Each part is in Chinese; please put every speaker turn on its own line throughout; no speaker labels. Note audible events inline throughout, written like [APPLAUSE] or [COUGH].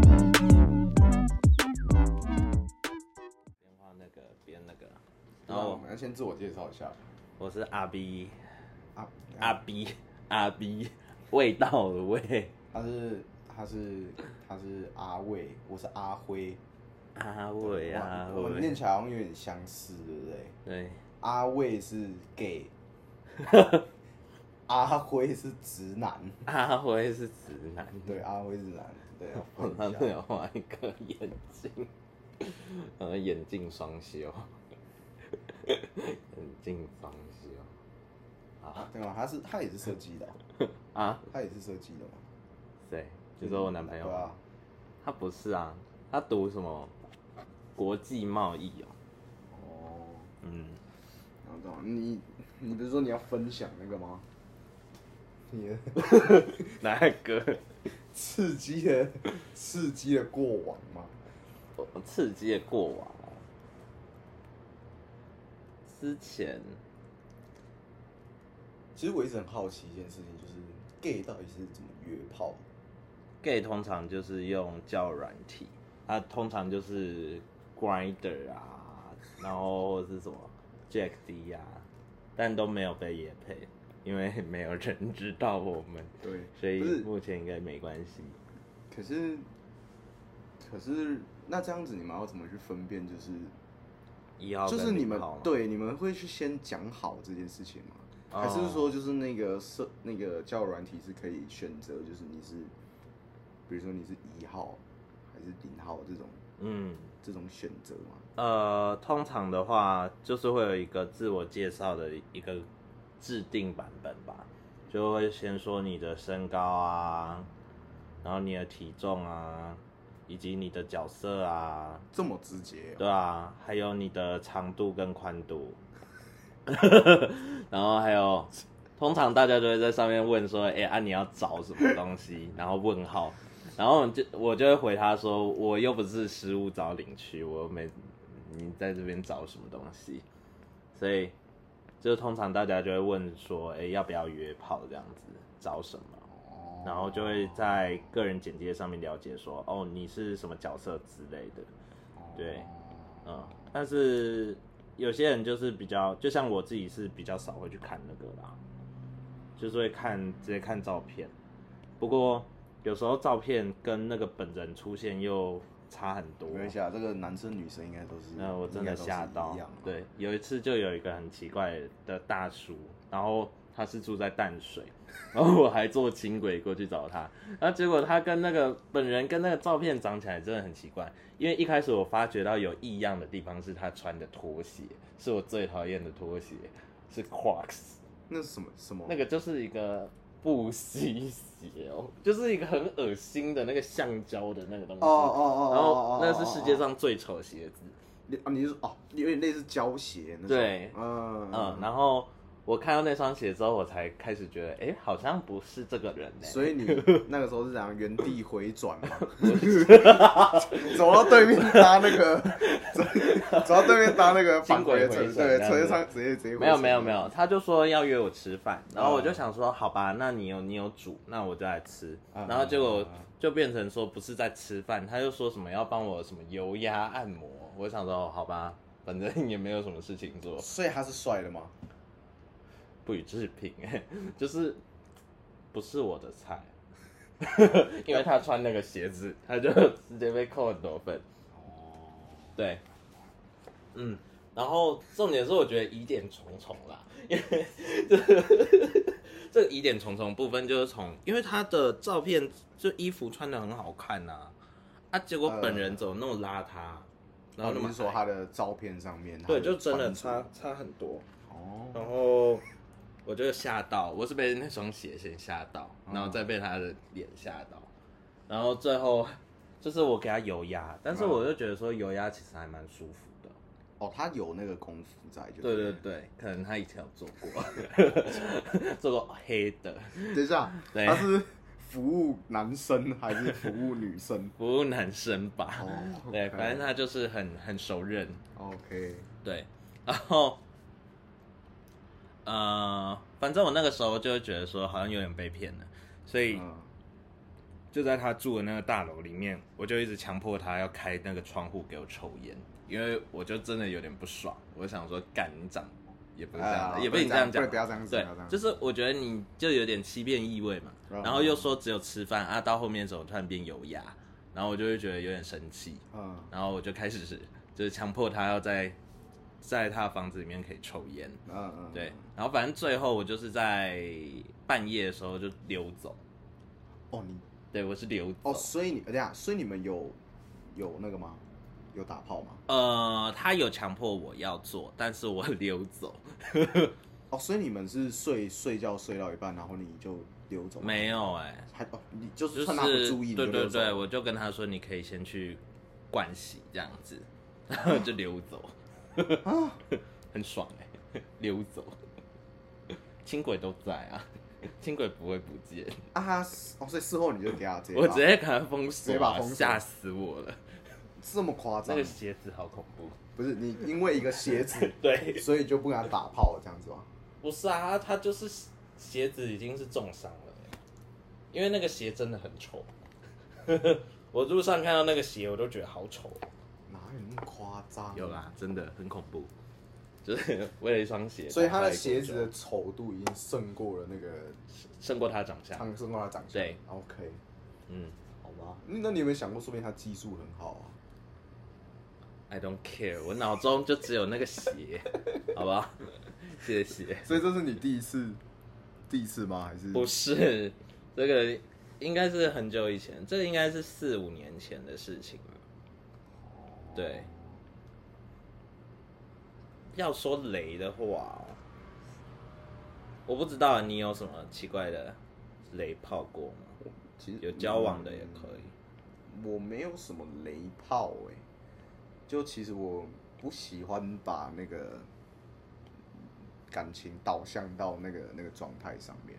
啊
自我介绍一下。
我是阿 B，
啊
阿，B，阿 B，味道的味，
他是他是他是阿卫，我是阿辉。
阿伟
我
阿
我们念
伟，
起来好像有点相似，对不对？
对，
阿卫是 gay，阿辉是直男。
阿辉是直男，
对，阿辉是直男。
[LAUGHS]
对，要
我
分
男
一下
朋友画一个眼镜，呃，眼镜双修，眼镜双修，啊
对吗？他是他也是设计的哦，
啊，
他也是设计的嘛。
谁？你说我男朋友
对
吗？
啊，
他不是啊，他读什么国际贸易哦，
哦，
嗯，
然后这种你你不是说你要分享那个吗？你的
[LAUGHS] 哪个？
刺激的刺激的过往嘛，
我刺激的过往哦。之前
其实我一直很好奇一件事情，就是 gay 到底是怎么约炮的？
gay 通常就是用交友软体，啊，通常就是 Grinder 啊，然后或者是什么 Jack D 啊，但都没有被野配，因为没有人知道我们，
对
所以
不是
目前应该没关系。
可是可是那这样子你们要怎么去分辨？就是
一号
就是
跟
你
零
们
号嘛，
对你们会去先讲好这件事情吗？
哦
还是说就是那个设那个交友软体是可以选择，就是你是比如说你是一号还是零号这种
嗯。
这种选择吗？
呃，通常的话，就是会有一个自我介绍的一个制定版本吧，就会先说你的身高啊，然后你的体重啊，以及你的角色啊，
这么直接哦、
对啊，还有你的长度跟宽度， [LAUGHS] 然后还有，通常大家都会在上面问说，哎、啊你要找什么东西， [LAUGHS] 然后问号，然后就我就会回他说，我又不是失物找领区，我又没你在这边找什么东西，所以就通常大家就会问说，哎、要不要约炮这样子，找什么？
哦
然后就会在个人简介上面了解说，哦，你是什么角色之类的。对嗯，但是有些人就是比较，就像我自己是比较少会去看那个啦，就是会看直接看照片。不过有时候照片跟那个本人出现又差很多啊
我。跟你讲，这个男生女生应该都是，
那我真的吓到
应该都是一样啊。
对，有一次就有一个很奇怪的大叔，然后他是住在淡水，然后我还坐轻轨过去找他，然后结果他跟那个本人跟那个照片长起来真的很奇怪，因为一开始我发觉到有异样的地方是他穿的拖鞋，是我最讨厌的拖鞋，是 Crocs。
那是什么什么
那个就是一个布鞋鞋哦，就是一个很恶心的那个橡胶的那个东西。
哦哦哦，
然后那
哦
是世界，上最丑的鞋子。
哦哦哦你啊你是哦，有点类似胶鞋那种，
对
嗯
嗯，然后我看到那双鞋之后，我才开始觉得，哎、好像不是这个人呢、
所
[LAUGHS]
以你那个时候是怎样原地回转吗？
不是
走到对面搭那个，走走到对面搭那
[LAUGHS]
个
轻
反
轨
回
回
程，
程
对，
这样
车
子
上直接直接回
没有
程
没有没有，他就说要约我吃饭，然后我就
嗯
想说，好吧，那你有你有煮，那我就来吃。
嗯
然后结
嗯
果
嗯嗯
就变成说不是在吃饭，他就说什么要帮我什么油压按摩，我想说哦好吧，反正也没有什么事情做，
所以他是帅的吗？
不予置评， [LAUGHS] 就是不是我的菜， [LAUGHS] 因为他穿那个鞋子，他就直接被扣很多分。对，嗯，然后重点是我觉得疑点重重啦，因
[LAUGHS]
为这这个疑点重重部分就是从，因为他的照片就衣服穿的很好看呐、啊，结果本人怎么那么邋遢，然后那
呃哦你
么
是说
矮
他的照片上面，
对，就真的差
穿着
差很多。
哦，
然后我就吓到，我是被那双鞋先吓到，
嗯
然后再被他的脸吓到，然后最后就是我给他油压，但是
嗯
我就觉得说油压其实还蛮舒服的。
哦，他有那个功夫在，就
对对
是
对，可能他以前有做过， [LAUGHS] 做过黑的
等一下，
对
他是服务男生还是服务
[LAUGHS]
女生
服务男生吧。
哦
对，反正他就是很很熟认。
？OK，
对，然后，呃，反正我那个时候就会觉得说好像有点被骗了，所以
嗯
就在他住的那个大楼里面，我就一直强迫他要开那个窗户给我抽烟，因为我就真的有点不爽，我想说，干你长也不是这样
啊
的，也不能这样
不
讲
然不。要这样子，
对
不要这，样
就
子
是我觉得你就有点欺骗意味嘛，
啊哦
然后又说只有吃饭啊，到后面怎么突然变油压，然后我就会觉得有点生气，
嗯，
然后我就开始是就是强迫他要在在他的房子里面可以抽烟，
嗯嗯，
对，然后反正最后我就是在半夜的时候就溜走，
哦你
对我是溜走，
哦，所以你等一下，所以你们有有那个吗？有打炮吗？
呃，他有强迫我要做，但是我溜走，
哦，所以你们是睡睡觉睡到一半，然后你就溜走？，
没有哎、
还哦，你就
就是
是趁他不注意，你就
对对
溜走
对，我就跟他说你可以先去灌洗这样子， [LAUGHS] 然后就溜走，
啊
[LAUGHS] 很爽哎、溜走，轻轨都在啊，轻轨不会不见，
啊他哦，所以事后你就给他直接
我
把
直接给他封锁、
啊直接把
啊，
封锁
吓死我了，
这么夸
那
张
个？鞋子好恐怖，
不是你因为一个鞋子，
对，
所以就不敢打炮这样子吗？
不是啊，他就是鞋子已经是重伤了欸、因为那个鞋真的很丑， [LAUGHS] 我路上看到那个鞋我都觉得好丑。
哪有那么夸张？啊
有啦，真的很恐怖，就是为了一双鞋，
所以他
然后
的
还
鞋子的丑度已经胜过了那个
胜过他的长相。
长胜过他的长相。
对
，OK，
嗯
好吧。那你有没有想过，说不定他技术很好啊？
，I don't care，我脑中就只有那个
[LAUGHS]
鞋，好不好？谢谢。
所以这是你第一次，第一次吗？还是
不是，这个应该是很久以前，这个应该是四五年前的事情了。对，要说雷的话，哦我不知道啊你有什么奇怪的雷泡过吗？
其实嗯
有交往的也可以。
我没有什么雷炮哎、就其实我不喜欢把那个感情导向到那个那个状态上面。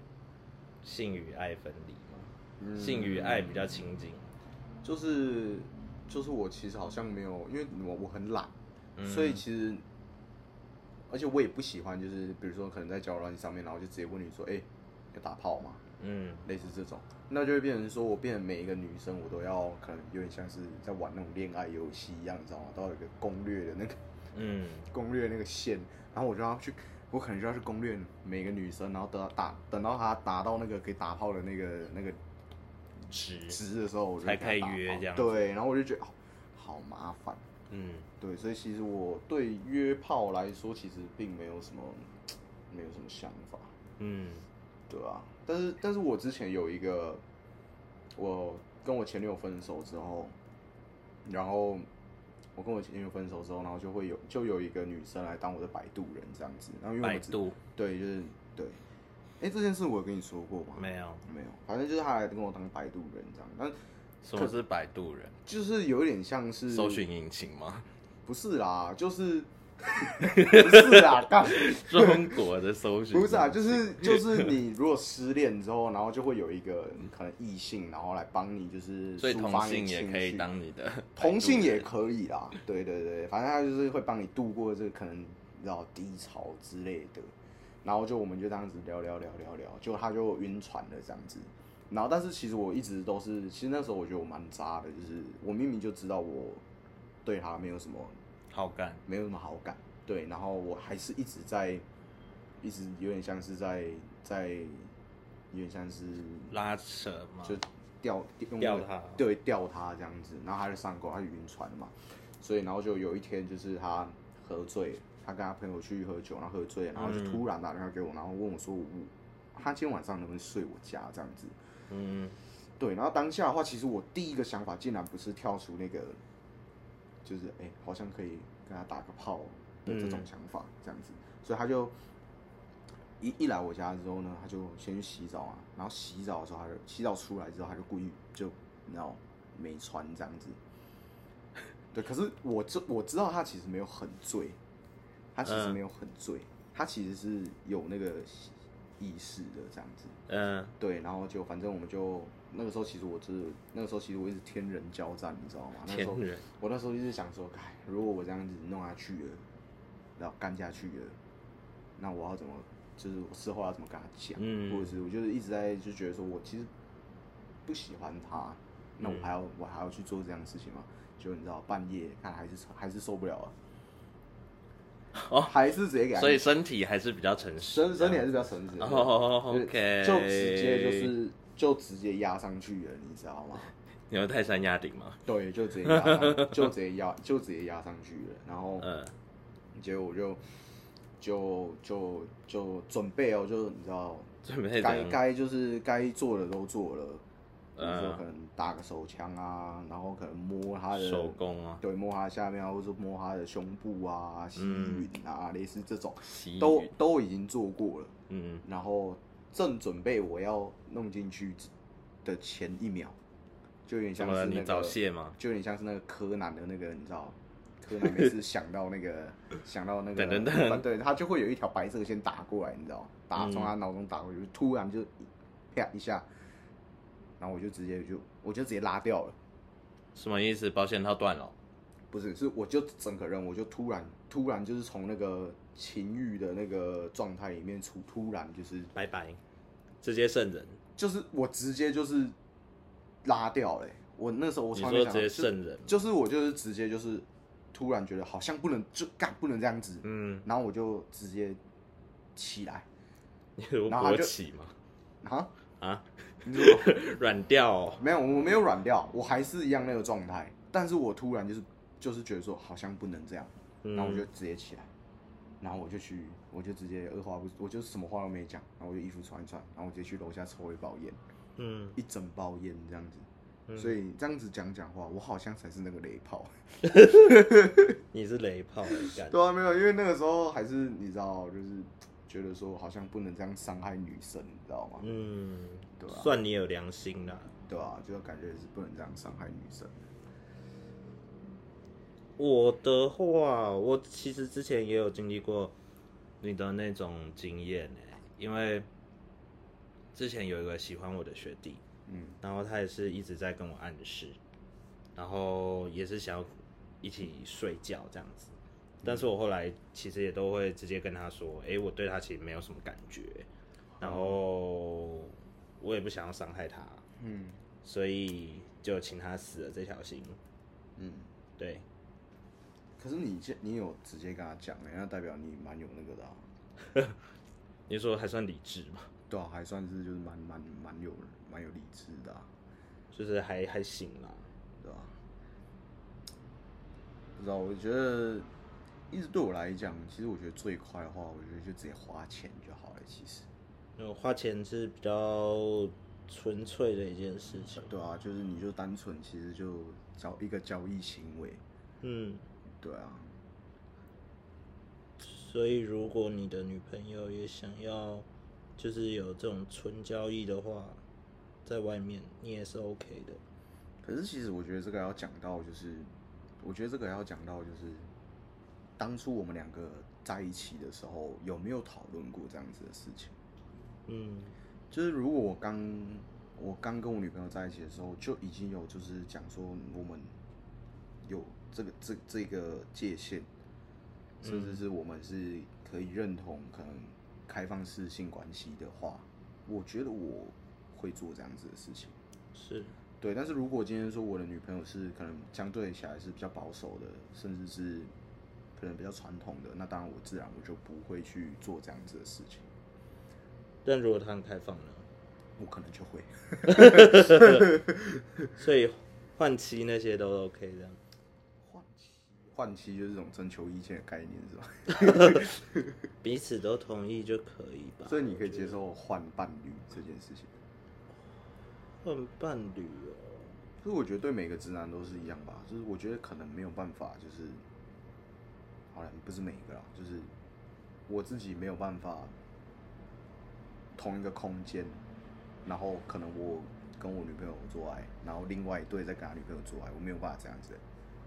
性与爱分离吗？
嗯
性与爱比较亲近，
就是就是我其实好像没有，因为我我很懒，
嗯
所以其实而且我也不喜欢，就是比如说可能在交友软件上面，然后就直接问你说，哎、要打炮吗？
嗯，
类似这种，那就会变成说我变成每一个女生我都要，可能有点像是在玩那种恋爱游戏一样，你知道吗？都要有一个攻略的那个
嗯，
攻略那个线，然后我就要去，我可能就要去攻略每个女生，然后等到打等到她达到那个可以打炮的那个那个
直，
值的时候，我就
才
给她
可以
打
约
炮
这样子
对，然后我就觉得、哦、好麻烦。
嗯，
对，所以其实我对约炮来说，其实并没有什么没有什么想法。
嗯，
对啊，但是但是我之前有一个，我跟我前女友分手之后，然后我跟我前女友分手之后，然后就会有就有一个女生来当我的摆渡人这样子，然后因为我
百
们只
度
对就是对，哎、这件事我有跟你说过吗？
没有，
没有，反正就是她来跟我当摆渡人这样，但
什么是百度人？
就是有点像是
搜寻引擎
[LAUGHS]
吗？
不是啦，就是不
[LAUGHS]
是啦，干。
中国的搜寻
不是啊，就是就是你如果失恋之后，然后就会有一个可能异性，然后来帮你就是
所以
抒
同
发你
性
的
也
情
可以
绪啊
当你的
同性也
百度
可以啦，对对对，反正他就是会帮你度过这个可能你知道低潮之类的，然后就我们就这样子聊聊聊聊聊，就他就晕船了这样子。然后但是其实我一直都是，其实那时候我觉得我蛮渣的，就是我明明就知道我对他没有什么
人好感，
没有什么好感。对，然后我还是一直在，一直有点像是在在，有点像是
拉扯吗？
就钓用
钓
那个
他
对，钓他这样子，然后他就上钩，他就晕船了嘛，所以然后就有一天就是他喝醉了，他跟他朋友去喝酒，然后喝醉了，然后就
嗯
突然打电话给我，然后问我说我他今天晚上能不能睡我家这样子，
嗯，
对，然后当下的话，其实我第一个想法竟然不是跳出那个，就是哎、好像可以跟他打个炮的这种想法，这样子，所以他就一一来我家之后呢，他就先去洗澡啊，然后洗澡的时候，他就洗澡出来之后，他就故意就你知道没穿这样子，对，可是我知我知道他其实没有很醉，他其实
嗯
没有很醉，他其实是有那个意识的这样子，
嗯，
对，然后就反正我们就那个时候，其实我就是那个时候，其实我一直天人交战，你知道吗？那时
天
候
人，
我那时候一直想说，哎，如果我这样子弄下去了，然后干下去了，那我要怎么，就是我事后要怎么跟他讲，
嗯
或者是我就是一直在就觉得说我其实不喜欢他，那我
嗯
还要、我还要去做这样的事情吗？就你知道半夜看还是还是受不了啊，还是直接给他
哦所以身体还是比较诚实的，
身身体还是比较诚实的。
哦
就是
，OK，
就直接就是就直接压上去了，你知道吗？
你们泰山压顶吗？
[LAUGHS] 对，就直接压上，就直接压，就直接压上去了。然 [LAUGHS] 后
嗯，
结果我就就就就准备哦，就你知道，
准备
该
怎样？
该就是该做的都做了，比如说
嗯
可能打个手枪啊，然后可能摸他的
手工啊，
对，摸他下面啊，或者摸他的胸部啊、吸
嗯
吮啊，类似这种
洗
都
浴
都已经做过了。
嗯，
然后正准备我要弄进去的前一秒，就有点
怎
像
么了？
是
你
那
早
个，
泄吗？
就有点像是那个柯南的那个，你知道，柯南每次想到
[LAUGHS]
那个想到那个，
噔噔噔
啊对他就会有一条白色线打过来，你知道，打
嗯
从他脑中打过去，就突然就啪一下，然后我就直接就我就直接拉掉了。
什么意思？保险套断了？
不是，是我就整个人，我就突然突然就是从那个情欲的那个状态里面出，突然就是
拜拜，直接圣人。
就是我直接就是拉掉嘞、我那时候我
你
从来
说
没
直
想到
接
就是
圣人？
就是我就是直接就是突然觉得好像不能就干不能这样子，
嗯，
然后我就直接起来，
你有
然后他
勃
就
起吗？
啊，
啊，
你知道吗
软掉哦。
没有，我没有软掉，我还是一样那个状态，但是我突然就是就是觉得说好像不能这样，然后我就
嗯，
直接起来，然后我就去，我就直接二话不，我就什么话都没讲，然后我就衣服穿一穿，然后我直接去楼下抽一包烟，
嗯，
一整包烟这样子。
嗯
所以这样子讲讲话，我好像才是那个雷炮。 [LAUGHS]
嗯你是雷炮欸感。
对啊，没有，因为那个时候还是你知道，就是觉得说好像不能这样伤害女生，你知道吗？
嗯，
对啊
算你有良心啦。
对啊，就感觉是不能这样伤害女生。
我的话，我其实之前也有经历过你的那种经验欸因为之前有一个喜欢我的学弟，
嗯
然后他也是一直在跟我暗示，然后也是想要一起睡觉这样子。但是我后来其实也都会直接跟他说，诶，我对他其实没有什么感觉，然后我也不想要伤害他，
嗯
所以就请他死了这条心。
嗯。
对，
可是你这你有直接跟他讲、欸，那代表你蛮有那个的、啊。
你说还算理智嘛？
对啊，还算是就是蛮蛮蛮有蛮有理智的、啊，
就是还还行啦。
对吧、不知道，我觉得一直对我来讲，其实我觉得最快的话，我觉得就直接花钱就好了。其实，
那种花钱是比较纯粹的一件事情。
对啊，就是你就单纯其实就找一个交易行为，
嗯，
对啊，
所以如果你的女朋友也想要，就是有这种纯交易的话，在外面你也是 OK 的。
可是其实我觉得这个要讲到，就是我觉得这个要讲到，就是当初我们两个在一起的时候，有没有讨论过这样子的事情？
嗯
就是如果我刚我刚跟我女朋友在一起的时候，就已经有就是讲说我们有这个这这个界限，甚至是我们是可以认同可能开放式性关系的话，我觉得我会做这样子的事情。
是，
对，但是如果今天说我的女朋友是可能相对起来是比较保守的，甚至是可能比较传统的，那当然我自然我就不会去做这样子的事情，
但如果他很开放呢？ [LAUGHS]
我可能就会。
所以换妻那些都 OK 这样。
换妻就是这种征求意见的概念，是吧？
彼此都同意就可以吧？
[LAUGHS] 所以你可以
我觉得
接受换伴侣这件事情。
换伴侣哦。
可是我觉得对每个直男都是一样吧，就是我觉得可能没有办法，就是好了，不是每个啦，就是我自己没有办法同一个空间，然后可能我跟我女朋友做爱，然后另外一对在跟他女朋友做爱，我没有办法这样子、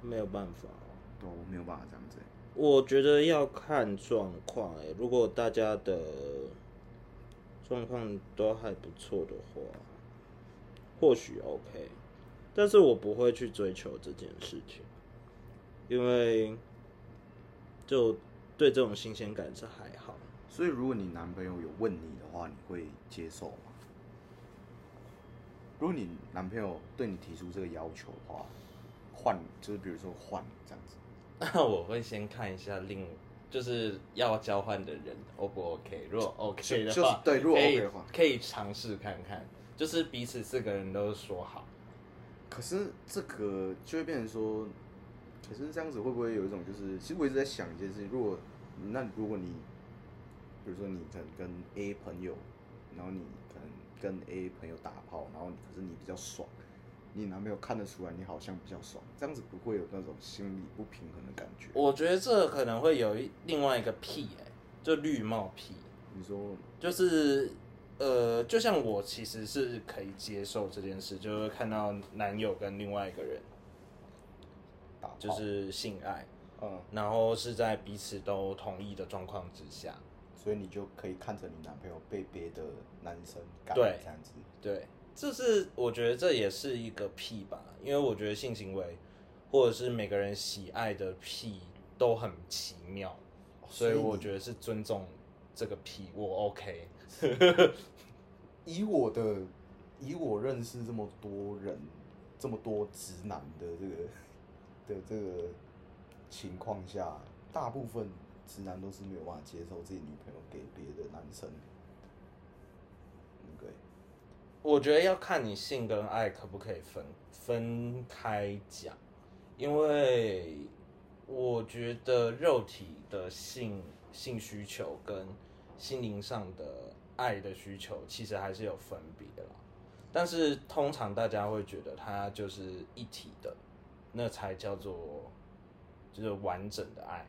没有办法哦。
对啊，我没有办法这样子、
我觉得要看状况诶，如果大家的状况都还不错的话，或许 OK，但是我不会去追求这件事情，因为就对这种新鲜感是还好，
所以如果你男朋友有问你的话，你会接受吗？如果你男朋友对你提出这个要求的话，换就是比如说换这样子，
那我会先看一下另就是要交换的人 O 不 OK？如果 OK 的
就就是
话，
对如果
可
OK
以
的话
可以尝试看看，就是彼此四个人都说好，
可是这个就会变成说，可是这样子会不会有一种就是，其实我一直在想一件事情，如果那如果你，比如说你可能跟 A 朋友，然后你可能跟 A 朋友打炮，然后你可是你比较爽，你男朋友看得出来你好像比较爽，这样子不会有那种心理不平衡的感觉。
我觉得这可能会有一另外一个屁哎、就绿帽屁，
你说
就是呃，就像我其实是可以接受这件事，就是看到男友跟另外一个人
打炮，
就是性爱，
嗯，
然后是在彼此都同意的状况之下，
所以你就可以看着你男朋友被别的男生干
对
这样子。
对，这是我觉得这也是一个癖吧，因为我觉得性行为或者是每个人喜爱的癖都很奇妙，
哦
所以
你
我觉得是尊重这个癖，我 OK。
以我的以我认识这么多人，这么多直男的这个的这个情况下，大部分直男都是没有办法接受自己女朋友给别的男生。对，
我觉得要看你性跟爱可不可以分分开讲，因为我觉得肉体的性性需求跟心灵上的爱的需求其实还是有分别啦。但是通常大家会觉得它就是一体的，那才叫做就是完整的爱。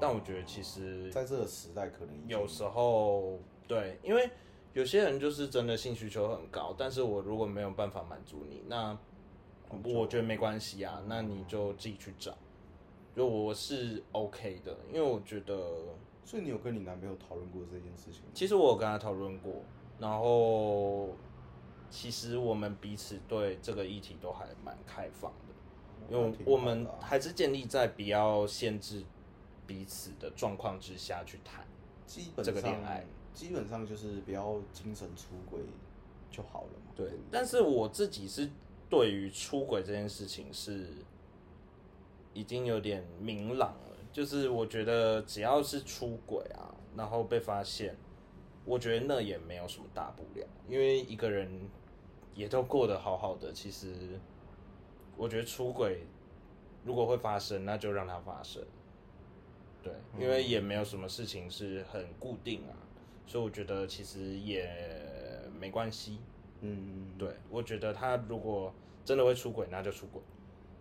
但我觉得其实
在这个时代可能已经
哦有时候对，因为有些人就是真的性需求很高，但是我如果没有办法满足你，那我觉得没关系啊，那你就自己去找。就我是 OK 的，因为我觉得
所以你有跟你男朋友讨论过这件事情吗？
其实我有跟他讨论过，然后其实我们彼此对这个议题都还蛮开放的，因
那
为
挺好
我们
的啊
还是建立在不要限制彼此的状况之下去谈。
基本
这
上
个恋爱
基本上就是不要精神出轨就好了嘛。
对
不，
但是我自己是对于出轨这件事情是已经有点明朗了，就是我觉得只要是出轨啊，然后被发现，我觉得那也没有什么大不了，因为一个人也都过得好好的，其实我觉得出轨如果会发生，那就让它发生。对，因为也没有什么事情是很固定啊，所以我觉得其实也没关系。
嗯，
对，我觉得他如果真的会出轨，那就出轨。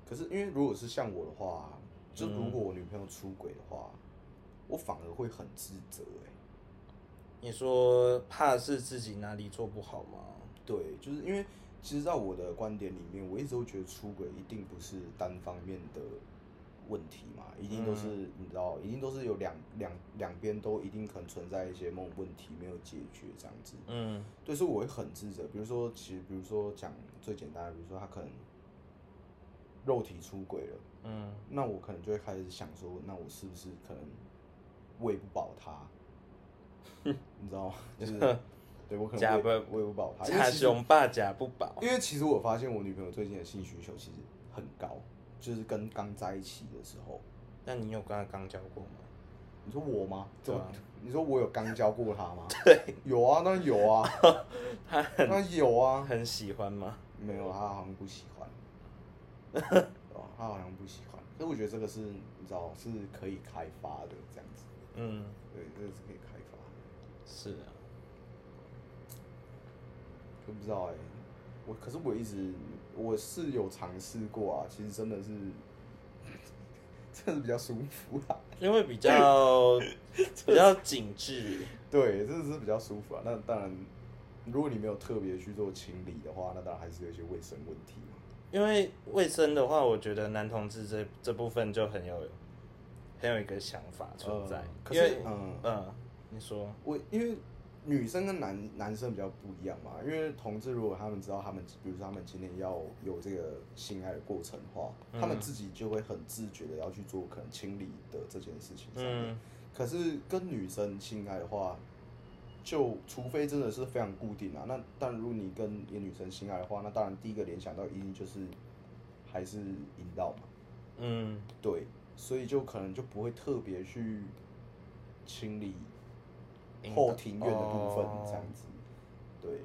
可是因为如果是像我的话，就
嗯
如果我女朋友出轨的话，我反而会很自责哎、
你说怕是自己哪里做不好吗？
对，就是因为其实，在我的观点里面，我一直都觉得出轨一定不是单方面的问题嘛，一定都是、你知道，一定都是有两两两边都一定可能存在一些某种问题没有解决这样子。
嗯
对，所以我会很自责。比如说，其实比如说讲最简单的，比如说他可能肉体出轨了。
嗯
那我可能就会开始想说，那我是不是可能喂不饱他？你知道吗？
[LAUGHS]
就是对我可
加
能喂
班
喂不饱他，因为
假
其实
熊霸假不保。
因为其实我发现我女朋友最近的性需求其实很高，就是跟刚在一起的时候，
那你有跟他刚交过吗？
你说我吗？怎么？
对啊
你说我有刚教过她
[LAUGHS]
吗？对，有啊，当然有啊，
他
当然有啊，
很喜欢吗？
没有，她好像不喜
[LAUGHS]
欢，对吧她好像不喜欢，所以我觉得这个是你知道是可以开发的这样子。
嗯，
对，这个是可以开发。
是啊。
我不知道哎、我可是我一直我是有尝试过啊，其实真的是， [LAUGHS] 真的是比较舒服啦。
因为比 [LAUGHS] 较比较紧致，
对，真的是比较舒服啊。那当然，如果你没有特别去做清理的话，那当然还是有一些卫生问题嘛。
因为卫生的话，我觉得男同志这这部分就很有很有一个想法存在
呃，可
因
是
为
嗯，
嗯，你说
我因为女生跟男男生比较不一样嘛，因为同志如果他们知道他们，比如说他们今天要有这个性爱的过程的话，
嗯
他们自己就会很自觉的要去做可能清理的这件事情上面。
嗯
可是跟女生性爱的话，就除非真的是非常固定啊，那但如果你跟一个女生性爱的话，那当然第一个联想到一定就是还是阴道嘛，
嗯
对，所以就可能就不会特别去清理
嗯
应
后
该
庭院的部分
哦
这样子。对，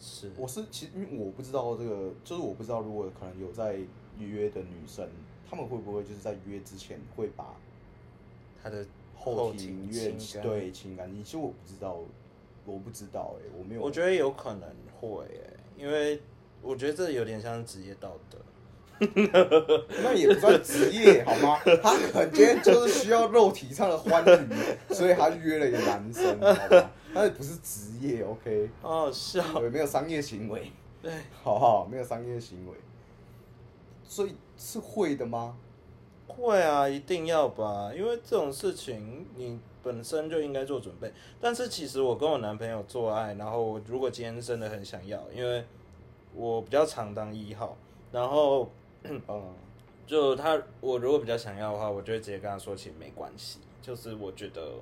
是
我是其实因为我不知道这个，就是我不知道如果可能有在约的女生，她们会不会就是在约之前会把
他的
后庭
庭
院
情感，
对情感，其实我不知道，我不知道哎、我没有，
我觉得有可能会耶，因为我觉得这有点像职业道德。
那也不算职业好吗？他可能今天就是需要肉体上的欢愉，所以他约了一个男生，好吧？他也不是职业，OK，
好好笑。
对，没有商业行为，
对，
好不好？没有商业行为，所以是会的吗？
[LAUGHS] 会啊，一定要吧，因为这种事情你本身就应该做准备。但是其实我跟我男朋友做爱，然后我如果今天真的很想要，因为我比较常当一号，然后
嗯，
就他我如果比较想要的话，我就会直接跟他说，其实没关系，就是我觉得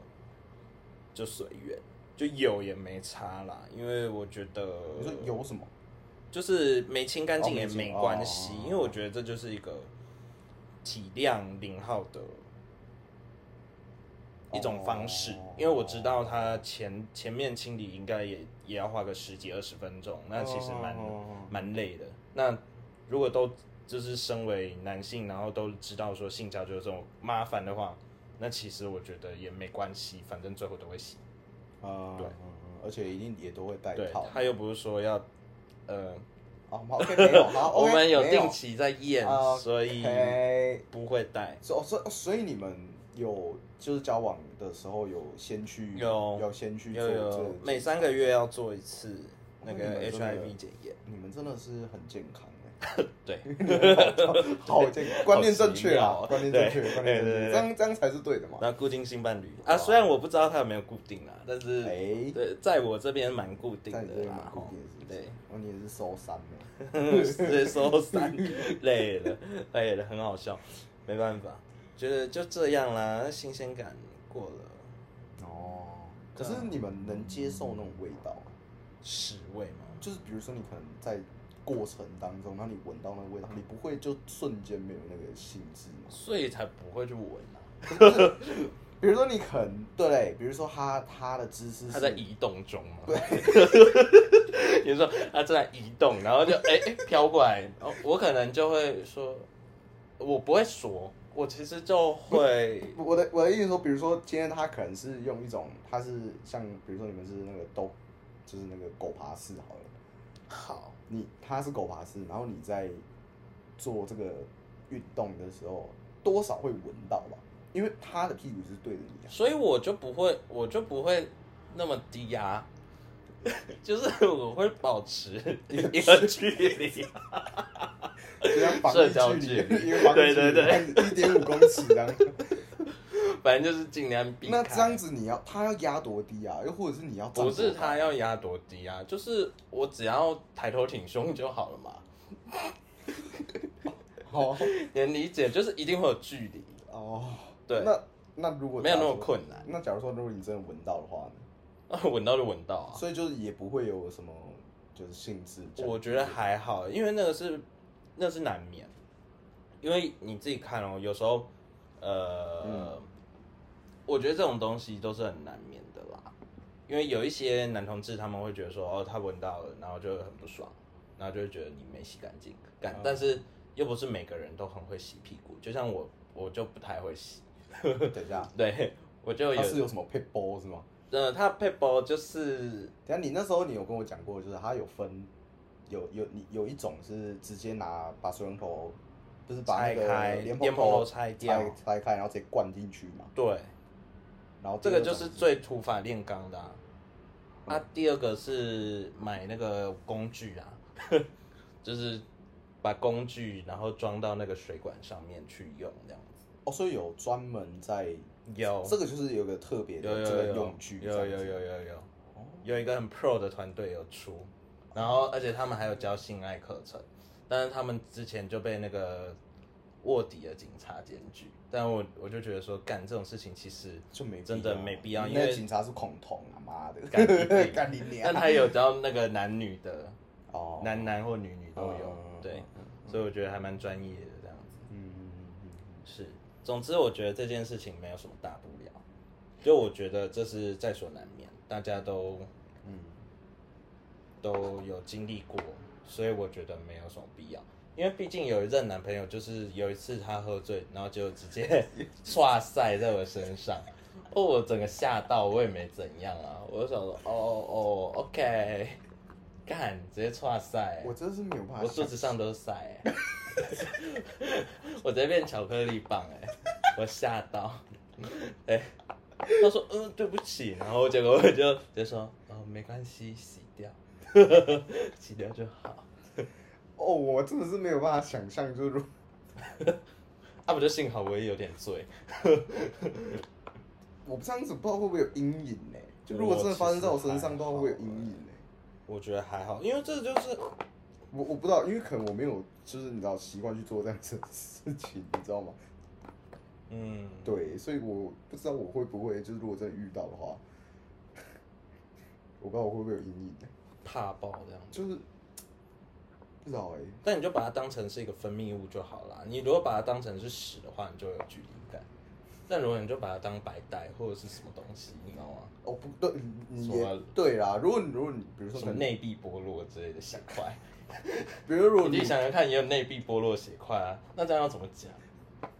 就随缘，就有也没差啦，因为我觉得
你说有什么？
就是没清干净
哦
也
没清
没关系，
哦
因为我觉得这就是一个体谅零号的一种方式。
哦
因为我知道他前前面清理应该也也要花个十几二十分钟，那其实蛮
哦
蛮累的。那如果都就是身为男性，然后都知道说性交就是这种麻烦的话，那其实我觉得也没关系，反正最后都会洗。
啊，
对
嗯，嗯而且一定也都会带
对
套。，
他又不是说要呃。
好好，OK，没有，
[LAUGHS]
好
我
，OK，
们有
没
定期在验，
啊
所以
OK
不会带。
所所所以你们有就是交往的时候有先去
有
要先去
有
做
有
这个，
每三个月要做一次那
哦那
个
你们真的
HIV 检验。
你们真的是很健康
[LAUGHS]
哎、
对，
好健康，观念正
好奇
确啊
妙哦，
观念正确，
对
观念正
对对对
确，这样这样才是对的嘛。
那固定性伴侣啊，虽然我不知道他有没有固定啊，但是
哎
对，在我这边蛮固定
在你这
的
里
啦
蛮。固定的
吼
是不是
对，，
哦，你也是收三
[LAUGHS]
哎、
直接收三，累了，累了，很好笑，没办法，觉得就这样啦，新鲜感过了，
哦，可是
啊
你们能接受那种味道吗，
屎味嘛，
就是比如说你可能在过程当中，然后你闻到那个味道，你不会就瞬间没有那个兴致吗？
所以才不会去闻啊。
比如说你可能对嘞，比如说他他的姿势是
他在移动中嘛。
啊
你说他正在移动，然后就哎哎飘过来，
哦，我可能就会说，我不会说，我其实就会
我的我的意思说，比如说今天他可能是用一种，他是像比如说你们是那个都，就是那个狗爬式好了，
好，
你他是狗爬式，然后你在做这个运动的时候，多少会闻到吧，因为他的屁股是对着你、啊，
所以我就不会，我就不会那么低压，
[LAUGHS]
就是我会保持一个距
啊
离。
啊
就像防
社
疫
交
距
距
离，一个防疫距
对对
离一点五公尺这样。
反正就是尽量避开。
那这样子你要他要压多低啊？又或者是你要站
不
多
是
高
他要压多低啊，就是我只要抬头挺胸就好了嘛。
[LAUGHS] 哦
能理解，就是一定会有距离，
哦，
[LAUGHS] 对
那那如果
没有那么
假如说
困难。 [LAUGHS]
那假如说，如果你真的闻到的话呢？
啊闻到就闻到啊。
所以就是也不会有什么就是性质。
我觉得还好，因为那个是那是难免，因为你自己看哦，有时候呃，
嗯
我觉得这种东西都是很难免的啦，因为有一些男同志他们会觉得说哦，他闻到了，然后就很不爽，然后就会觉得你没洗干净，干，
嗯
但是又不是每个人都很会洗屁股，就像我，我就不太会洗，
等一下，
[LAUGHS]
对，我就
他
有
是有什么 pit bull 是吗？
呃，他 p a p e 就是
等一下你那时候你有跟我讲过，就是它有分，有有你有一种是直接拿把水龙头，就是把
拆
那
开
个莲
莲
蓬
蓬头拆掉
拆拆开，然后直接灌进去嘛。
对。
然后
这个就是
最
最土法炼钢的啊啊第二个是买那个工具啊，就是把工具然后装到那个水管上面去用，这样子。
哦，所以有专门在
有
这个就是有个特别
有
的
有
这个
有
用具这
有
样
有
子，
有有有有有一个很 pro 的团队有出，然后而且他们还有教性爱课程，但是他们之前就被那个卧底的警察检举，但我我就觉得说干这种事情其实 [LAUGHS]
就没必
真的没必要
你
因为
那警察是恐同啊妈
[LAUGHS]
的，
干你娘
干你娘
但他有教那个男女的。
哦，
男男或女女都有，
哦
对，所以我觉得还蛮专业的这样子。
嗯嗯嗯嗯
是，总之，我觉得这件事情没有什么大不了，就我觉得这是在所难免，大家都
嗯，
都有经历过，所以我觉得没有什么必要。因为毕竟有一任男朋友，就是有一次他喝醉，然后就直
[LAUGHS]
接唰塞在我身上，哦，我整个吓到，我也没怎样啊，我就想说，哦哦，OK，干，直接唰塞，
我真是没有办法
我肚
想
子上都是塞、欸，我直接变巧克力棒哎、我吓到，哎、他说嗯对不起，然后结果我就直接说哦没关系，洗掉， [LAUGHS] 洗掉就好，
哦，我真的是没有办法想象，就是如
啊不就幸好我也有点醉，
我这样子不知道会不会有阴影呢、就如果真的发生在我身
我其实啊
上，不知道会不会有阴影呢、
我觉得还好，因为这就是
我我不知道，因为可能我没有，就是你知道习惯去做这样子的事情，你知道吗？
嗯
对，所以我不知道我会不会，就是如果真的遇到的话， [LAUGHS] 我不知道我会不会有阴影、欸，
怕爆这样子。
就是不知道哎、
但你就把它当成是一个分泌物就好啦。你如果把它当成是屎的话，你就有距离感；但如果你就把它当白带或者是什么东西，你知道吗？
哦不对，你你
什
也
么
对啦。如果你如果你比如说
啊什么
可能，
内壁剥落之类的血块，
比如说如果
你
你
自己想想看，也有内壁剥落血块啊，那这样要怎么讲？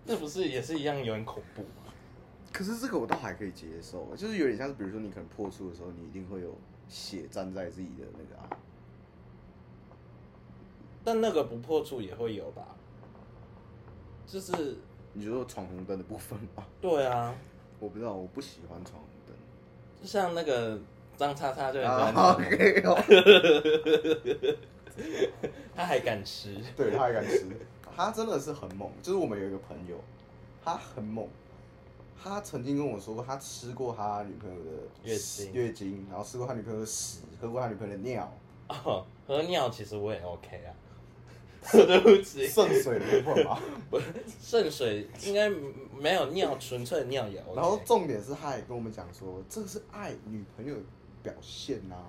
这不是也是一样有点恐怖吗？
可是这个我倒还可以接受，就是有点像是，比如说你可能破处的时候，你一定会有血沾在自己的那个啊，
但那个不破处也会有吧？就是
你就说闯红灯的部分吧。
对啊，
[LAUGHS] 我不知道，我不喜欢闯红灯。
就像那个张叉叉就很喜欢
啊
吃，
[LAUGHS] ，OK 哦，
他还敢吃，
对他还敢吃，他真的是很猛。就是我们有一个朋友，他很猛，他曾经跟我说过，他吃过他女朋友的
月经
月经，然后吃过他女朋友的屎，喝过他女朋友的尿，
哦，喝尿其实我也 OK 啊。 [LAUGHS] 对不起，
圣水的部
[LAUGHS]
分嘛。
圣水应该没有尿，纯粹的尿也 OK。
然后重点是，他也跟我们讲说，这个是爱女朋友的表现呐、啊。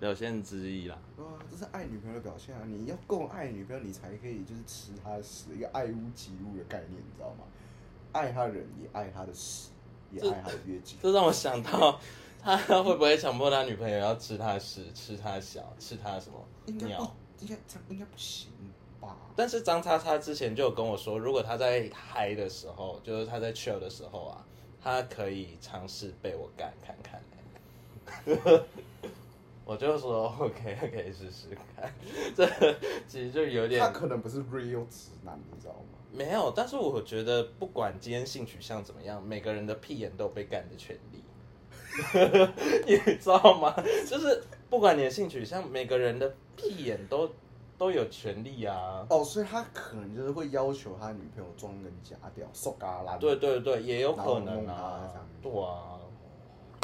表现之一啦。
对啊，这是爱女朋友的表现啊！你要够爱女朋友，你才可以就是吃她的屎，一个爱屋及乌的概念，你知道吗？爱她的人也爱她的屎，也爱她的月经。
这让我想到，他会不会强迫他女朋友要吃他的屎、吃他的小、吃他的什么
应该不
尿？，
应该这样应该不行吧？
但是张叉叉之前就有跟我说，如果他在嗨的时候，就是他在 chill 的时候啊，他可以尝试被我干看看、 [LAUGHS] 我就说 OK，可以试试看。 [LAUGHS] 这其实就有点
他可能不是 real 直男，你知道吗？
没有，但是我觉得不管今天性取向怎么样，每个人的屁眼都有被干的权利， [LAUGHS] 你知道吗？就是不管你的性取向，每个人的屁眼都都有权利啊。
哦，所以他可能就是会要求他女朋友装跟假屌，瘦嘎啦。
对对对，也有可
然后
能
弄他
啊
这样，
对啊，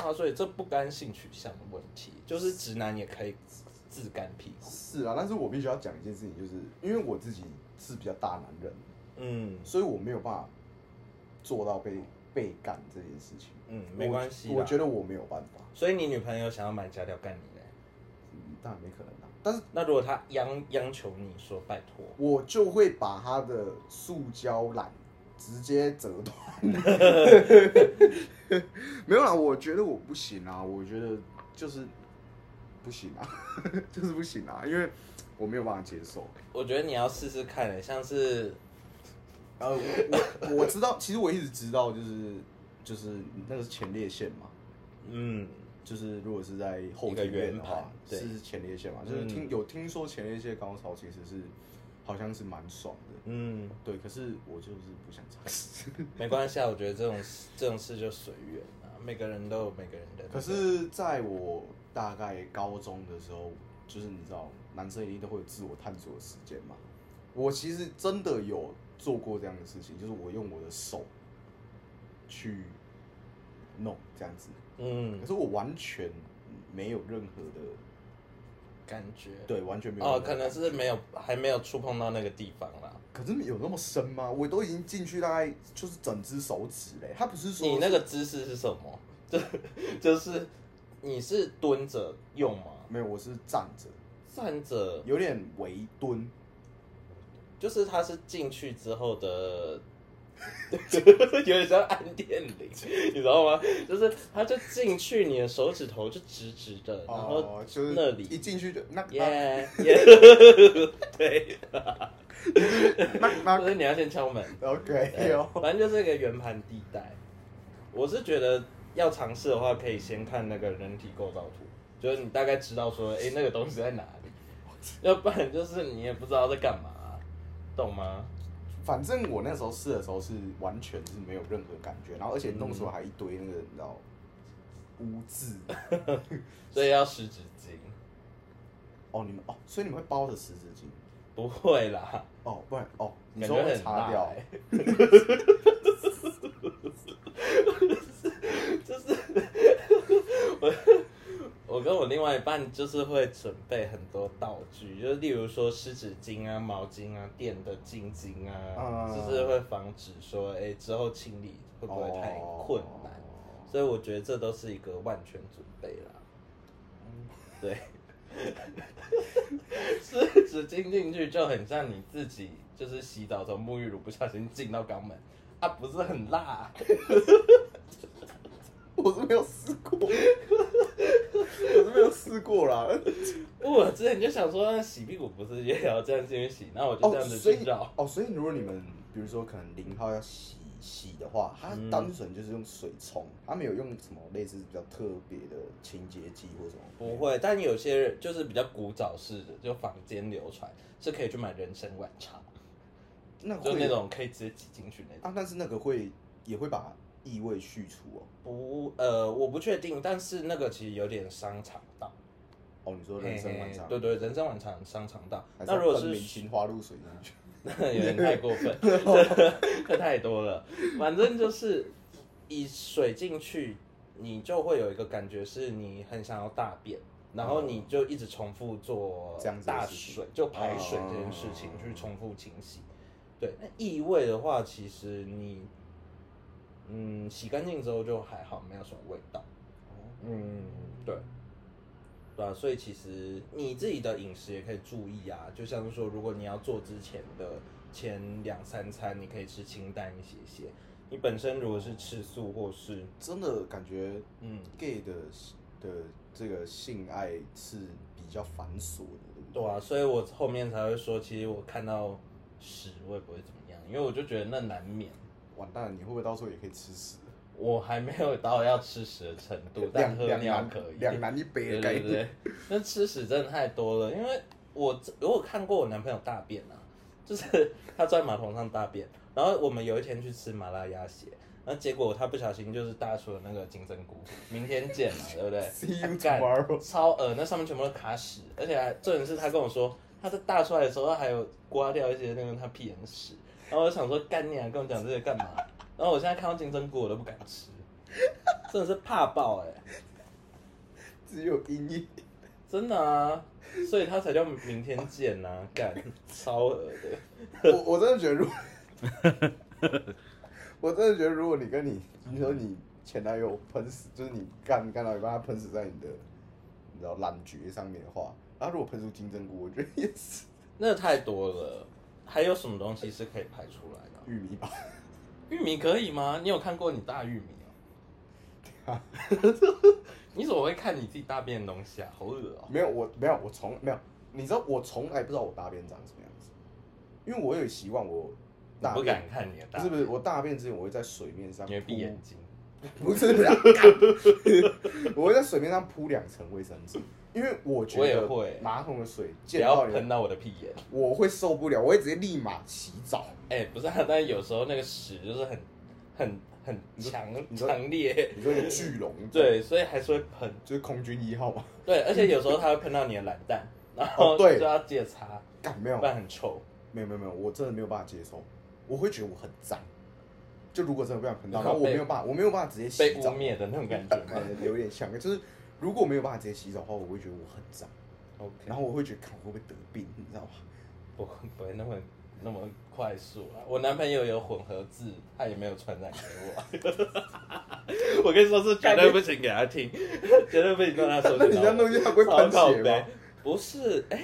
啊，所以这不干性取向的问题，就是直男也可以自自干屁股。
是啊，但是我必须要讲一件事情，就是因为我自己是比较大男人，
嗯
所以我没有办法做到被被干这件事情。
嗯，没关系啦
我，我觉得我没有办法，
所以你女朋友想要买假屌干你嘞？
嗯，当然没可能啦。但是
那如果她央央求你说拜托，
我就会把他的塑胶篮直接折断。 [LAUGHS] 没有啦，我觉得我不行啊，我觉得就是不行啊， [LAUGHS] 就是不行啊，因为我没有办法接受。
我觉得你要试试看、欸，像是
呃，我我我知道，其实我一直知道，就是就是那个是前列腺嘛，
嗯，
就是如果是在后庭院的
一个圆
话
盘，对嗯
是前列腺嘛，就是听、有听说前列腺高潮其实是好像是蛮爽的，
嗯，
对，可是我就是不想尝试。
没关系啊，我觉得这种事 [LAUGHS] 这种事就随缘啊，每个人都有每个人的那个、
可是在我大概高中的时候，就是你知道，男生一定都会有自我探索的时间嘛，我其实真的有做过这样的事情，就是我用我的手去弄这样子，
嗯
可是我完全没有任何的，
感觉
对，完全没有任何
哦，
的
可能是没有还没有触碰到那个地方啦。
可是有那么深吗？我都已经进去大概就是整只手指嘞，他不是说
你那个姿势是什么？ [LAUGHS] 就就是你是蹲着用吗？
没有，我是站着，
站着
有点微蹲，
就是它是进去之后的 [LAUGHS] 有点像按电铃，你知道吗？就是它就进去你的手指头就直直的，然后
哦，就是
那里
一进去 [LAUGHS] 就那那
耶耶，对，[LAUGHS]
那
所以你要先敲门。
那 OK
对
哦，
反正就是一个圆盘地带。我是觉得要尝试的话，可以先看那个人体构造图，就是你大概知道说，哎、那个东西在哪里，要不然就是你也不知道在干嘛、懂吗？
反正我那时候试的时候是完全是没有任何感觉，然后而且弄出来还一堆那个你知道污渍
所以要湿纸巾，
哦，你们哦，所以你们会包着湿纸巾
不会啦，
哦，不然哦，你
感
说
觉
会
很
擦
辣
掉
欸、 [LAUGHS] 就是我我跟我另外一半就是会准备很多道具，就是例如说湿纸巾啊、毛巾啊、电的巾巾啊，
嗯
就是会防止说，哎、之后清理会不会太困难？
哦
所以我觉得这都是一个万全准备啦。 [LAUGHS] 对，湿纸巾进去就很像你自己就是洗澡从沐浴乳不小心进到肛门，啊，不是很辣、
[LAUGHS] 我是没有试过， [LAUGHS] 我是没有试过啦。
哦我之前就想说，洗屁股不是也要这样进去洗？那我就这
哦，
样子
所
去
以
绕。
哦，所以如果你们比如说可能零号要洗洗的话，它
嗯
单纯就是用水冲，它没有用什么类似比较特别的清洁剂或什么。
不会，但有些人就是比较古早式的，就坊间流传是可以去买人参晚茶，
那
就
会
那种可以直接挤进去那种。
啊，但是那个会也会把异味去除哦。
不，呃，我不确定，但是那个其实有点伤肠道。
哦，你说人参晚上，
嘿嘿对对，人参晚茶很伤肠道。
还
那如果
要喷明
是嗯
星花露水进去，
[LAUGHS] 有点太过
[LAUGHS]
分， [LAUGHS] 这太多了。反正就是以水进去，你就会有一个感觉是你很想要大便，然后你就一直重复做
这样子的
大
事情
水，就排水这件事情
哦
去重复清洗。对，那异味的话，其实你嗯洗干净之后就还好，没有什么味道。嗯，对。对啊，所以其实你自己的饮食也可以注意啊，就像是说，如果你要做之前的前两三餐，你可以吃清淡一些些。你本身如果是吃素或是
真的感觉
嗯，
gay 的的这个性爱是比较繁琐的，对不对？
对啊，所以我后面才会说，其实我看到屎我也不会怎么样，因为我就觉得那难免。
完蛋了，你会不会到时候也可以吃屎？
我还没有到要吃屎的程度，但喝
两
尿
难
可以。
两难一
对
杯的概
对
念。
对， [LAUGHS] 那吃屎真的太多了，因为我我有看过我男朋友大便啊， [LAUGHS] 就是他坐在马桶上大便，然后我们有一天去吃麻辣鸭血，然后结果他不小心就是大出了那个金针菇，明天见嘛，对不
[LAUGHS]
对
See you
啊干
tomorrow
超恶，那上面全部都卡屎，而且还重点是他跟我说，他在大出来的时候他还有刮掉一些那个他屁眼屎，然后我就想说干你啊，跟我讲这些干嘛？然后我现在看到金针菇我都不敢吃，真的是怕爆哎、
只有阴影。
真的啊，所以他才叫明天见呐、啊，干超恶的。
我我真的觉得，如果 [LAUGHS] 我真的觉得，如果你跟你你说你前男友喷死，就是你干干到一半他喷死在你的，你知道懒觉上面的话，然后如果喷出金针菇，我觉得也是
那太多了，还有什么东西是可以排出来的？
玉米吧。
玉米可以吗？你有看过你大玉米哦？你怎么会看你自己大便的东西啊？好恶哦、
没有，我没有，我从没有。你知道我从来不知道我大便长什么样子，因为我有习惯我
你
大
不
便
敢看你的大
不
便，
是不是，我大便之前我会在水面上
你会闭
铺
眼睛。
不是啦， [LAUGHS] 我会在水面上铺两层卫生纸，因为我觉
我也
得
会
马桶的水
不
溅
要
到你
喷
的，
到我的屁眼！
我会受不了，我会直接立马洗澡。
哎、不是啊，但是有时候那个屎就是很、很、很强
你说
强烈，
你说你巨龙，
对，所以还是会喷。
就是空军一号啊嘛？
对，而且有时候它会喷到你的懒蛋，然后
哦对
就要戒擦，
干没有
不然很臭。
没有没有没有，我真的没有办法接受，我会觉得我很脏。就如果真的不想喷到，
然
然
后
后我
被
没有办法，我没有办法直接
被
洗
污
澡，
蔑的那种感觉
可
吗
能有点像，就是如果没有办法直接洗澡的话，我会觉得我很脏，然
？OK，
后我会觉得看我会不会得病，你知道吗？
不不会那么那么快速啊。我男朋友有混合字，他也没有传染给我。
[LAUGHS]
我跟你说是绝对不行给他听，绝对不行让他收
那
听
你这样
到我。
东西它不会喷
超靠
血
北
吗？
不是，哎、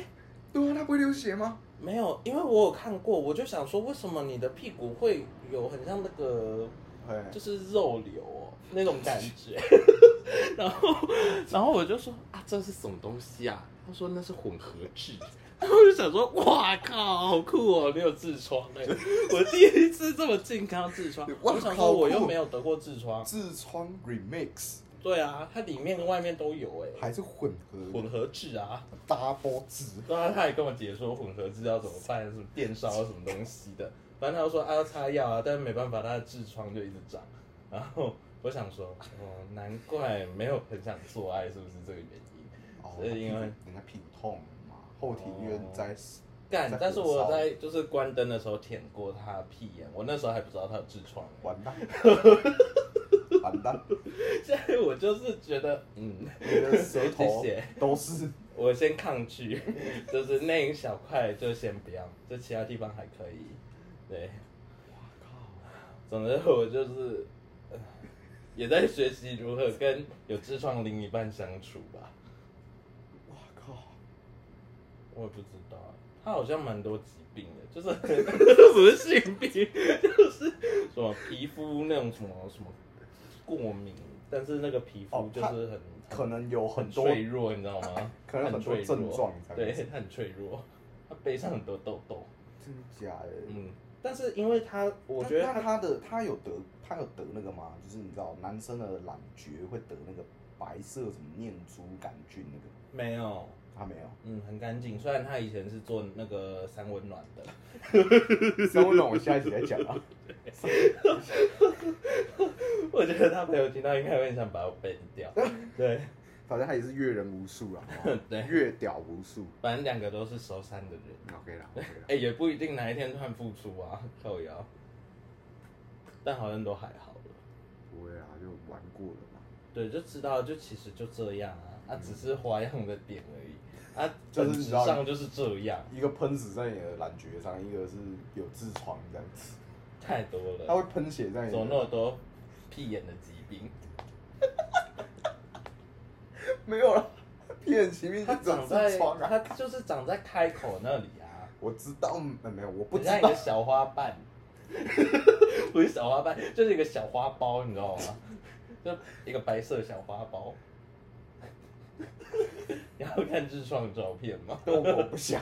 对啊，它不会流血吗？
没有，因为我有看过，我就想说，为什么你的屁股会有很像那个
哎，
就是肉瘤哦那种感
[LAUGHS]
觉。然后，然后我就说啊，这是什么东西啊？他说那是混合痣。 [LAUGHS] 然后我就想说，哇靠，好酷哦！你有痔疮
[LAUGHS]
哎、我第一次这么健康痔疮。
哇
我想
好
说，
酷
我又没有得过痔疮。
痔疮 remix
对啊，它里面跟外面都有哎、
还是混合
混合痣啊。
double 痔，
然后他也跟我姐说混合痔要怎么办，什么电烧什么东西的，反正他就说啊要擦药啊，但是没办法，他的痔疮就一直长。然后我想说，哦，难怪没有很想做爱，是不是这个原因？
哦，
是因为
人家屁股痛嘛，后庭院在
干
在，
但是我
火烧
在就是关灯的时候舔过他的屁眼，我那时候还不知道他有痔疮、
完蛋，完蛋，
现 [LAUGHS] 在我就是觉得，嗯，
你的舌头
谢谢
都是
我先抗拒， [LAUGHS] 就是那一小块就先不要，就其他地方还可以。对，总之我就是、 [LAUGHS] 呃也在学习如何跟有痔疮另一半相处吧。
哇靠，
我也不知道，他好像蛮多疾病的，就是 [LAUGHS] 这不是性病，就是什么皮肤那种什么什么过敏，但是那个皮肤
哦
就
他
是很
可能有很
很
多
脆弱，你知道吗？
可能很多
脆弱
症状才会
对，啊他很脆弱，他背上很多痘痘。
真的假的？
嗯，但是因为他，我
那
觉得
那
他
他的他有得他有得那个吗？就是你知道男生的懒觉会得那个白色什么念珠杆菌那个，
没有，
他没
[LAUGHS]
有。
嗯，很干净。虽然他以前是做那个三温暖的，
三温暖我下一集再讲啊。
[LAUGHS] 我觉得他朋友听到应该会很想把我背
[LAUGHS]
掉。对，
反正他也是阅人无数
[LAUGHS]
啦，好不好
对
阅屌无数。
反正两个都是熟山的人。
OK
[LAUGHS]
啦，OK 啦
哎、也不一定哪一天突然复出啊， [LAUGHS] 靠腰。但好像都还好了，
不会啦，就玩过了嘛。
对，就知道就其实就这样啊，啊，只是花样的点而已，啊，
嗯就是
本质
你知道
上就是这样，
一个喷死在你的懒觉上，一个是有痔疮这样子，
太多
他会
了，
喷血在你
怎么那
的。
么多屁眼的疾
[LAUGHS]
病？
没 [LAUGHS] 有了，屁眼奇病
它
就只有
长在
痔疮
它
啊。
就是长在开口那里啊，
我知道，嗯没有，我不
很
知
像一
道
个。小花瓣，
[LAUGHS]
不是小花瓣，就是一个小花苞，你知道吗？就一个白色小花苞。 [LAUGHS] 你要看痔疮的照片吗？
但 [LAUGHS] 我我不想，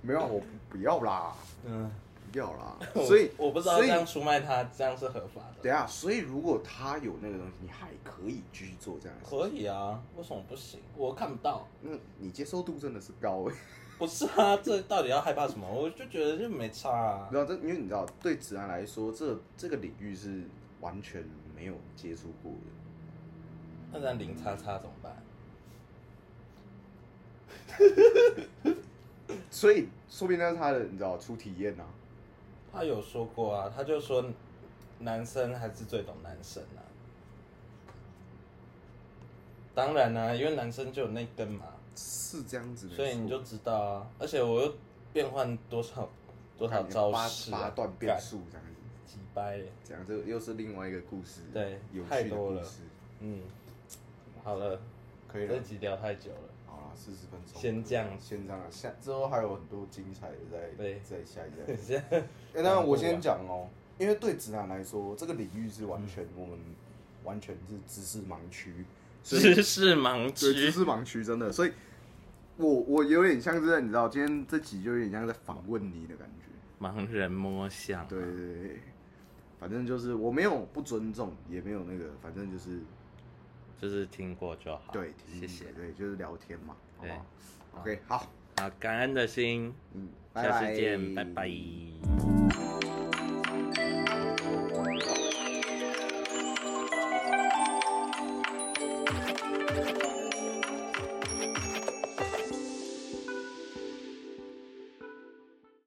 没有，啊我不要啦，
嗯，
不要
[LAUGHS]
啦。所以
我我不知道
所
这
以啊
样出卖它，这样是合法的。
等一下，所以如果他有那个东西，你还可以继续做这样的事。
可以啊，为什么不行？我看不到。 [LAUGHS]
那你接受度真的是高欸。
不是啊，这到底要害怕什么？我就觉得就没差啊。
然后这因为你知道，对直男来说，这这个领域是完全没有接触过的。
那咱零叉叉怎么办？
所以说不定那是他的，你知道初体验呐、啊。
他有说过啊，他就说男生还是最懂男生啊。当然啦、因为男生就有那根嘛，
是这样子没错，
所以你就知道啊。而且我又变换多少多少招式、
八
啊
八，段变数这样子，
干几掰耶。
这样这又是另外一个故事，
对
有
太
趣的
多
故
了
事，
嗯，好了，
可以
这
了，
集聊太久了，
好了，四十分钟，
先这样。
先这样啊，下之后还有很多精彩的在
对
在下
[LAUGHS]
一代。
先
哎，那我先讲哦，因为对直男来说，这个领域是完全我们完全是知识盲区，所以
知识盲
对，知
区，
识盲区真的，所以我我有点像是在你知道，今天这集就有点像在访问你的感觉。
盲人摸象。
对对对对，反正就是我没有不尊重，也没有那个，反正就是
就是听过就好。
对，
谢谢。
对，就是聊天嘛，好不
对
好？OK，好，
好，感恩的心，
嗯，拜
下
拜
次见，拜拜